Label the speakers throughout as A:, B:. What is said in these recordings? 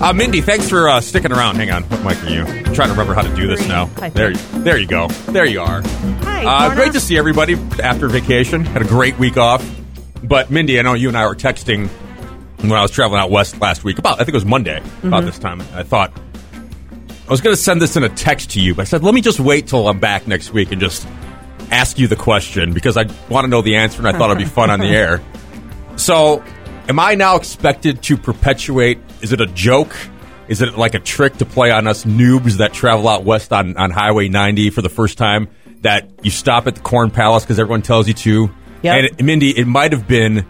A: Uh, Mindy, thanks for uh, sticking around. Hang on, what mic are you? I'm trying to remember how to do this now.
B: I think.
A: There, you, there you go. There you are.
B: Hi,
A: Uh,
B: Donna.
A: great to see everybody after vacation. Had a great week off. But Mindy, I know you and I were texting when I was traveling out west last week. About I think it was Monday.
B: Mm-hmm.
A: About this time, I thought I was going to send this in a text to you, but I said let me just wait till I'm back next week and just ask you the question because I want to know the answer, and I thought it'd be fun on the air. So, am I now expected to perpetuate? Is it a joke? Is it like a trick to play on us noobs that travel out west on, on Highway 90 for the first time? That you stop at the Corn Palace because everyone tells you to.
B: Yep.
A: And it- Mindy, it might have been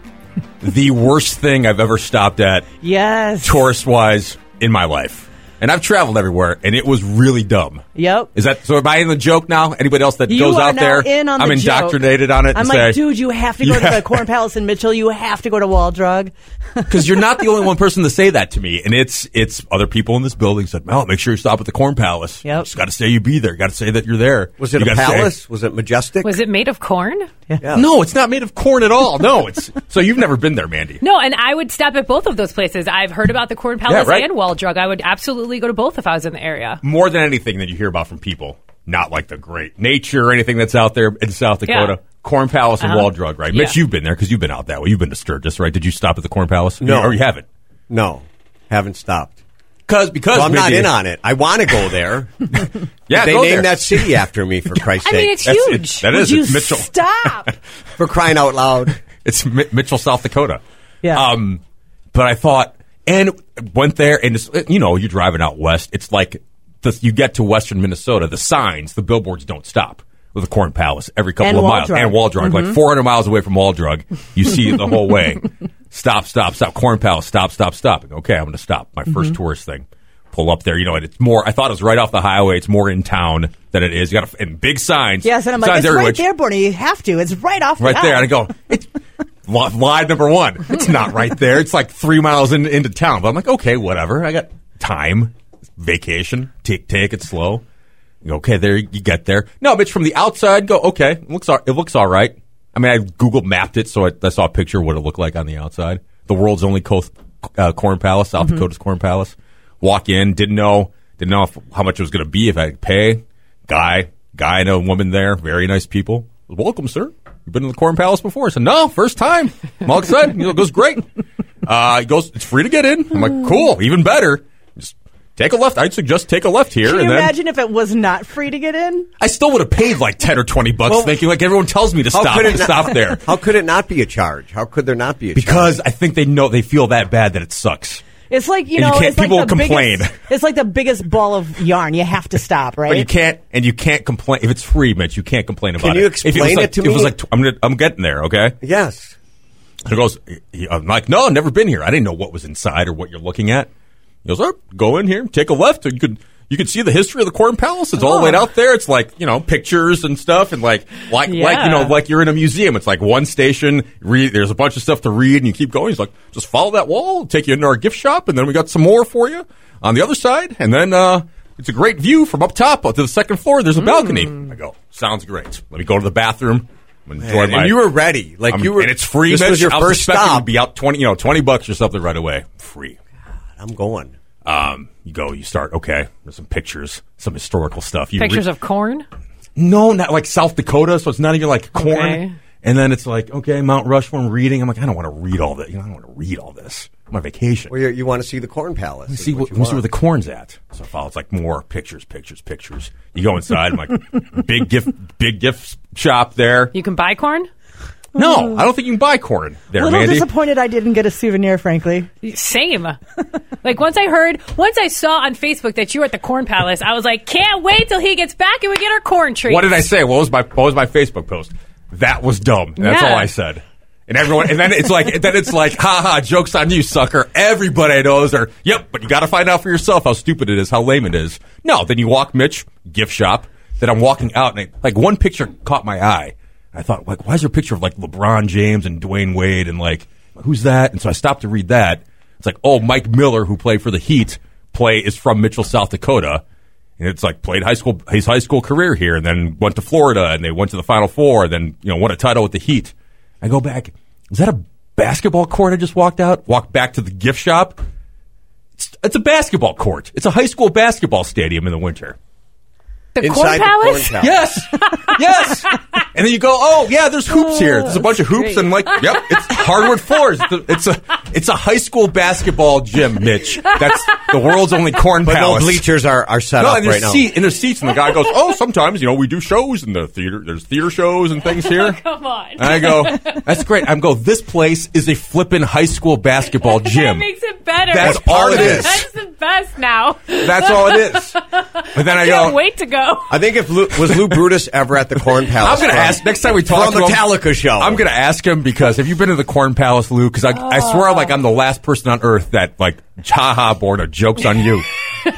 A: the worst thing I've ever stopped at
B: Yes.
A: tourist wise in my life. And I've traveled everywhere, and it was really dumb.
B: Yep.
A: Is that so? Am I in the joke now? Anybody else that
B: You
A: goes
B: are
A: out
B: now
A: there,
B: in on
A: I'm
B: the joke.
A: indoctrinated on it.
B: I'm
A: and
B: like,
A: say,
B: dude, you have to go
A: Yeah.
B: to the Corn Palace in Mitchell. You have to go to Waldrug.
A: because you're not the only one person to say that to me, and it's it's other people in this building said, "Mel, make sure you stop at the Corn Palace.
B: Yep.
A: You just got to say you be there. Got to say that you're there."
C: Was it
A: You
C: a
A: gotta say-
C: palace? was it majestic?
D: Was it made of corn?
C: Yeah.
A: No, it's not made of corn at all. No, it's so you've never been there, Mandy.
D: No, and I would stop at both of those places. I've heard about the Corn Palace
A: right. Mm.
D: and Wall Drug. I would absolutely go to both if I was in the area.
A: More than anything that you hear about from people, not like the great nature or anything that's out there in South Dakota.
D: Yeah. Uh-huh.
A: Corn Palace and Wall Drug, right? Mitch,
D: Yeah.
A: you've been there because you've been out that way. You've been to Sturgis, right? Did you stop at the Corn Palace?
C: No.
A: or you haven't?
C: No, haven't stopped.
A: Because because
C: So I'm not
A: Mindy-
C: in on it. I want to go there.
A: Yeah,
C: they
A: go
C: named
A: there.
C: that city after me for Christ's
D: I
C: sake.
D: mean, it's
A: That's-
D: huge.
A: it's- that
B: Would
A: is
B: you
A: it's Mitchell.
B: stop?
C: for crying out loud.
A: It's Mi- Mitchell, South Dakota.
B: Yeah.
A: Um, but I thought, and went there, and it's, you know, you're driving out west. It's like the, you get to western Minnesota, the signs, the billboards don't stop with the Corn Palace every couple
B: And Mm-hmm.
A: of miles.
B: Waldrug.
A: And Waldrug, like 400 miles away from Waldrug, you see it the whole way. Stop, stop, stop. Corn Palace, stop, stop, stop. Okay, I'm going to stop. My 1st
B: Mm-hmm.
A: tourist thing. Pull up there, you know, and it's more. I thought it was right off the highway. It's more in town than it is. You got to, and big signs.
B: yes, and I'm
A: Signs
B: like, it's
A: everywhere.
B: right there, Borny. You have to. It's right off
A: right
B: the
A: there. And I
B: aisle.
A: go, it's li- lie number one. It's not right there. It's like three miles in, into town. But I'm like, okay, whatever. I got time, vacation. Take take it slow. You go, Okay, there you get there. No, bitch, from the outside, go. Okay, it looks all, it looks all right. I mean, I Google mapped it, so I, I saw a picture of what it looked like on the outside. The world's only co- uh, corn palace, South
B: Mm-hmm.
A: Dakota's corn palace. Walk in, didn't know, didn't know if, how much it was going to be if I could pay. Guy, guy, and a woman there, very nice people. Welcome, sir. You've been to the corn palace before? I said, no, first time. I'm all excited. You know, it goes great. Uh, it goes, it's free to get in. I'm like, cool, even better. Just take a left. I'd suggest take a left here.
B: Can
A: and
B: you
A: then,
B: imagine if it was not free to get in?
A: I still would have paid like ten or twenty bucks,
C: Well,
A: thinking like everyone tells me to
C: how
A: stop
C: could it
A: and
C: not-
A: stop there
C: How could it not be a charge? How could there not be a charge?
A: because I think they know they feel that bad that it sucks.
B: It's like you
A: And you
B: know,
A: can't-
B: it's like
A: people
B: the
A: complain.
B: Biggest, it's like the biggest ball of yarn. You have to stop, right?
A: But you can't, and you can't complain if it's free, Mitch. You can't complain about it.
C: you
A: if it, was
C: explain
A: like,
C: it to
A: If it was
C: me?
A: like tw- I'm, gonna, I'm getting there, okay?
C: Yes.
A: He goes, he- I'm like, no, I've never been here. I didn't know what was inside or what you're looking at. He goes, oh, go in here, take a left. You could you could see the history of the Corn Palace. It's all the way out there. It's like you know pictures and stuff, and like like like you know
D: Yeah.
A: like you're in a museum. It's like one station. Read, there's a bunch of stuff to read, and you keep going. He's like, just follow that wall, It'll take you into our gift shop, and then we got some more for you on the other side, and then. uh it's a great view from up top up to the second floor. There's a balcony. I go, sounds great. Let me go to the bathroom. I'm enjoying
C: And,
A: my-
C: you were ready. Like
A: I'm-
C: you were.
A: and it's free.
C: This
A: Mitch.
C: was your
A: I was
C: first
A: expecting
C: stop.
A: To be out twenty, you know, twenty bucks or something right away. Free.
C: I'm going.
A: Um, you go. You start. Okay. There's some pictures, some historical stuff. You
D: Pictures of corn.
A: no, not like South Dakota. So it's not even like corn.
D: Okay.
A: And then it's like okay, Mount Rushmore. I'm reading. I'm like, I don't want to read all that. You know, I don't want to read all this. I'm on vacation.
C: Well, you're, you want to see the corn palace? is
A: See,
C: what
A: what,
C: you
A: let me see
C: want.
A: where the corn's at. So I follow. It's like more pictures, pictures, pictures. You go inside. I'm like, big gift, big gift shop there.
D: You Mm. can buy corn.
A: No, I don't think you can buy corn there,
B: A little
A: Mandy.
B: disappointed I didn't get a souvenir, frankly.
D: Same. like once I heard, once I saw on Facebook that you were at the Corn Palace, I was like, can't wait till he gets back and we get our corn tree.
A: What did I say? What was my what was my Facebook post? That was dumb. That's
D: Yeah.
A: all I said. And everyone, and then it's like, then it's like, ha ha, jokes on you, sucker. Everybody knows. Or yep, but you got to find out for yourself how stupid it is, how lame it is. No, then you walk Mitch gift shop. Then I'm walking out, and I, like one picture caught my eye. I thought, like, why is there a picture of like LeBron James and Dwayne Wade and like who's that? And so I stopped to read that. It's like, oh, Mike Miller, who played for the Heat, play is from Mitchell, South Dakota. And it's like played high school his high school career here, and then went to Florida, and they went to the Final Four, and then you know won a title with the Heat. I go back. Is that a basketball court I just walked out? Walked back to the gift shop. It's- It's a basketball court. It's a high school basketball stadium in the winter.
D: The
C: Inside
D: Corn
C: the corn
D: Palace?
C: palace.
A: Yes, yes. And then you go, oh yeah, there's hoops here. There's a bunch of hoops and like, yep, it's hardwood floors. It's a it's a high school basketball gym, Mitch. That's the world's only corn
C: But
A: palace.
C: no bleachers are, are set
A: No,
C: up
A: and there's
C: right now.
A: seat and there's seats, and the guy goes, "Oh, sometimes you know we do shows in the theater. There's theater shows and things here."
D: Come on.
A: And I go, "That's great." I'm go. This place is a flippin' high school basketball
D: That
A: gym.
D: makes it better.
A: That's all it is.
D: That's the best now.
A: That's all it is. But then I
D: Can't
A: go,
D: wait to go.
C: I think if Lou, was Lou Brutus ever at the Corn Palace?
A: I'm gonna
C: from-
A: ask next time we talk
C: from
A: to him,
C: Metallica show.
A: I'm gonna ask him because have you been to the Corn Palace, Lou? Because I, I swear, like I'm the last person on earth that like haha board a jokes on you,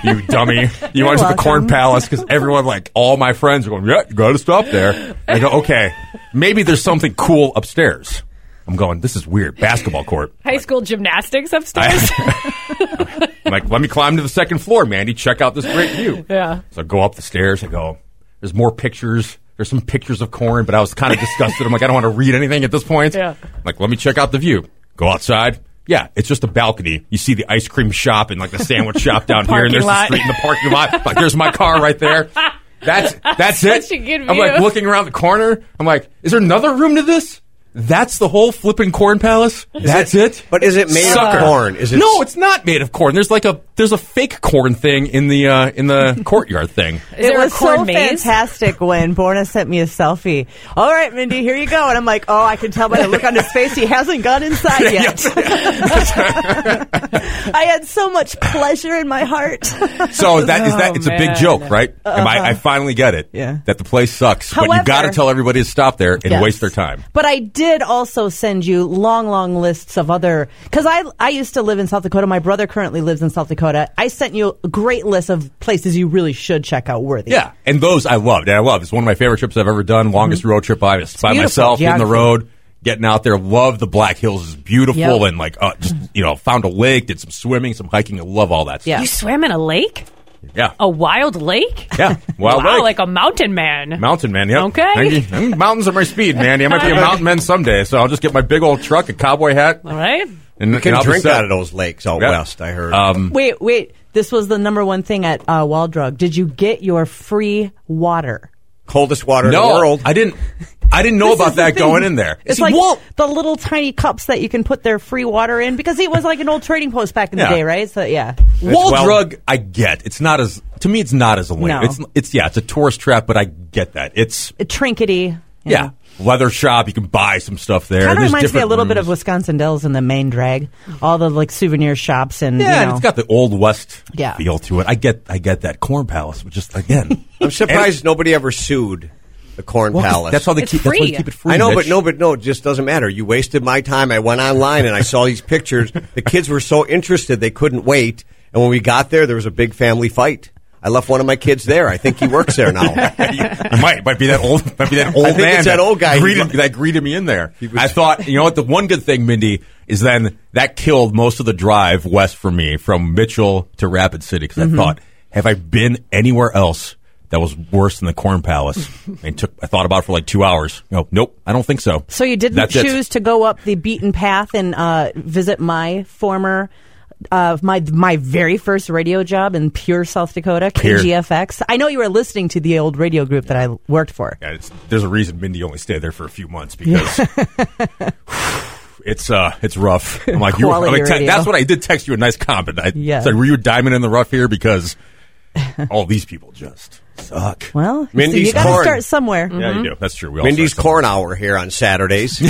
A: you dummy. You went to the
B: welcome.
A: Corn Palace because everyone, like all my friends, are going. Yeah, you got to stop there. And I go, okay, maybe there's something cool upstairs. I'm going. This is weird. Basketball court.
D: High school gymnastics upstairs.
A: I, am like, let me climb to the second floor, Mandy. Check out this great view.
D: Yeah.
A: So I go up the stairs. I go, there's more pictures. There's some pictures of corn, but I was kind of disgusted. I'm like, I don't want to read anything at this point.
D: Yeah.
A: Like, let me check out the view. Go outside. Yeah, it's just a balcony. You see the ice cream shop and like the sandwich shop down here, and
D: Parking
A: there's
D: lot.
A: the street and the parking lot. Like, there's my car right there. That's that's it.
D: Such a good
A: I'm like
D: view.
A: looking around the corner. I'm like, is there another room to this? That's the whole flipping corn palace. That's it.
C: But is it made
A: Sucker.
C: of corn? Is it
A: no, it's not made of corn. There's like a there's a fake corn thing in the uh, in the courtyard thing.
D: Is
B: it
D: there
B: was
D: a corn
B: so
D: maze?
B: fantastic when Borna sent me a selfie. All right, Mindy, here you go. And I'm like, oh, I can tell by the look on his face, he hasn't gone inside yet. I had so much pleasure in my heart.
A: So is that is that
D: Oh,
A: it's a big
D: man.
A: joke, right? Am I, I finally get it.
B: Uh-huh. Yeah.
A: That the place sucks, but you
B: However-
A: got to tell everybody to stop there and
B: Yes.
A: waste their time.
B: But I did also send you long, long lists of other because I I used to live in South Dakota. My brother currently lives in South Dakota. I sent you a great list of places you really should check out. Worthy.
A: Yeah, and those I loved. And I loved. It's one of my favorite trips I've ever done. Longest road trip I was by
B: Mm-hmm. beautiful
A: myself in the
B: geography.
A: road, getting out there. Love the Black Hills is beautiful
B: Yep.
A: and like uh, just you know found a lake, did some swimming, some hiking. I love all that.
B: Yeah. Oh.
D: You swam in a lake?
A: stuff. yeah,
D: A wild lake?
A: yeah. Wild
D: wow,
A: lake.
D: like a mountain man.
A: Mountain man, yep.
D: Okay.
A: Thank you. Mm, Mountains are my speed, Mandy. I might be a mountain man someday, so I'll just get my big old truck, a cowboy hat,
D: All right.
A: and
C: You can
A: and I'll be
C: drink
A: set.
C: out of those lakes out
A: Yeah. Um,
C: west, I heard.
B: Wait, wait. This was the number one thing at uh, Wild Drug. Did you get your free water?
C: Coldest water in
A: No,
C: the world.
A: I didn't. I didn't know
B: This
A: about
B: is the
A: that
B: thing.
A: going in there.
B: It's
A: See,
B: like
A: well,
B: the little tiny cups that you can put their free water in because it was like an old trading post back in
A: Yeah.
B: the day, right? So yeah,
A: Wall
C: well-
A: drug, I get. It's not as to me. It's not as elite.
B: No.
A: It's it's yeah. It's a tourist trap, but I get that. It's
B: trinkety.
A: yeah. Leather shop. You can buy some stuff there.
B: Kind of
A: There's
B: reminds me a
A: different
B: little bit
A: rooms.
B: of Wisconsin Dells and the main drag, all the like souvenir shops and
A: yeah.
B: you
A: and
B: know.
A: it's got the old west
B: Yeah.
A: feel to it. I get. I get that corn palace, but just again,
C: I'm surprised nobody ever sued the Corn
A: Well, 'cause
C: Palace.
A: That's how they
D: It's
A: keep. That's why they
D: free.
A: keep it free.
C: I know, but
A: Mitch.
C: no, but no, it just doesn't matter. You wasted my time. I went online and I saw these pictures. The kids were so interested they couldn't wait. And when we got there, there was a big family fight. I left one of my kids there. I think he works there now.
A: It might might be that old might be that old
C: think
A: man
C: it's that old guy.
A: greeted, that greeted me in there. I thought you know what the one good thing, Mindy, is then that killed most of the drive west for me from Mitchell to Rapid City because
C: Mm-hmm.
A: I thought, have I been anywhere else that was worse than the Corn Palace? and took I thought about it for like two hours. No, nope, I don't think so.
B: So you didn't
A: That's it.
B: choose to go up the beaten path and uh, visit my former. Uh, my my very first radio job in pure South Dakota,
A: Pure.
B: KGFX. I know you were listening to the old radio group that I worked for.
A: Yeah, it's, there's a reason Mindy only stayed there for a few months because it's uh it's rough. I'm like you. I'm
B: Quality
A: like, te-
B: radio.
A: that's what I did. Text you a nice comment. I
B: Yeah.
A: it's like, were you a diamond in the rough here because all these people just suck.
B: Well, mm-hmm.
C: Mindy's
B: you got to
C: corn.
B: start somewhere.
A: Yeah, you do. That's true. We all
C: Mindy's
A: suck
C: Corn Hour here on Saturdays.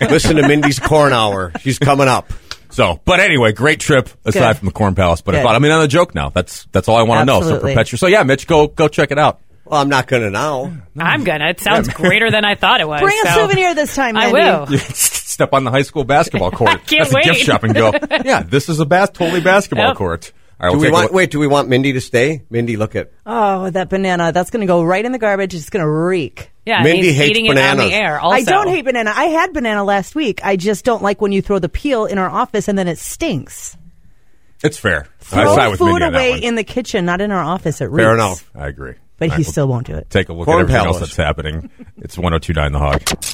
C: Listen to Mindy's Corn Hour. She's coming up.
A: sometimes. So, but anyway, great trip aside
B: Good.
A: from the corn palace. But I
B: Good.
A: thought I'm in on a joke now. That's that's all I want to know. So
B: Absolutely.
A: perpetual. So yeah, Mitch, go go check it out.
C: Well, I'm not going to now.
D: I'm gonna. It sounds greater than I thought it was.
B: Bring a
D: so-
B: souvenir this time,
D: I
B: Mindy.
D: will.
A: Step on the high school basketball court.
D: can't
A: That's a gift
D: wait.
A: shop and go. Yeah, this is a bas- totally basketball
D: Yep.
A: court. All right,
C: Do
A: we'll
C: we
A: take a
C: want?
A: look-
C: Wait, do we want Mindy to stay? Mindy, look at
B: Oh, that banana. That's going to go right in the garbage. It's going to reek.
D: Yeah,
C: Mindy
D: he's
C: hates
D: eating it on
C: bananas.
D: the air. Also,
B: I don't hate banana. I had banana last week. I just don't like when you throw the peel in our office and then it stinks.
A: It's fair. I side
B: Throw
A: with
B: food
A: Mindy on that
B: away
A: one.
B: in the kitchen, not in our office. It reeks.
C: Fair enough.
A: I agree.
B: But
A: All
B: he
A: right,
B: still won't do it.
A: Take a look
C: Corn
A: at everything else
C: Palace.
A: that's happening. It's 1029 The Hog.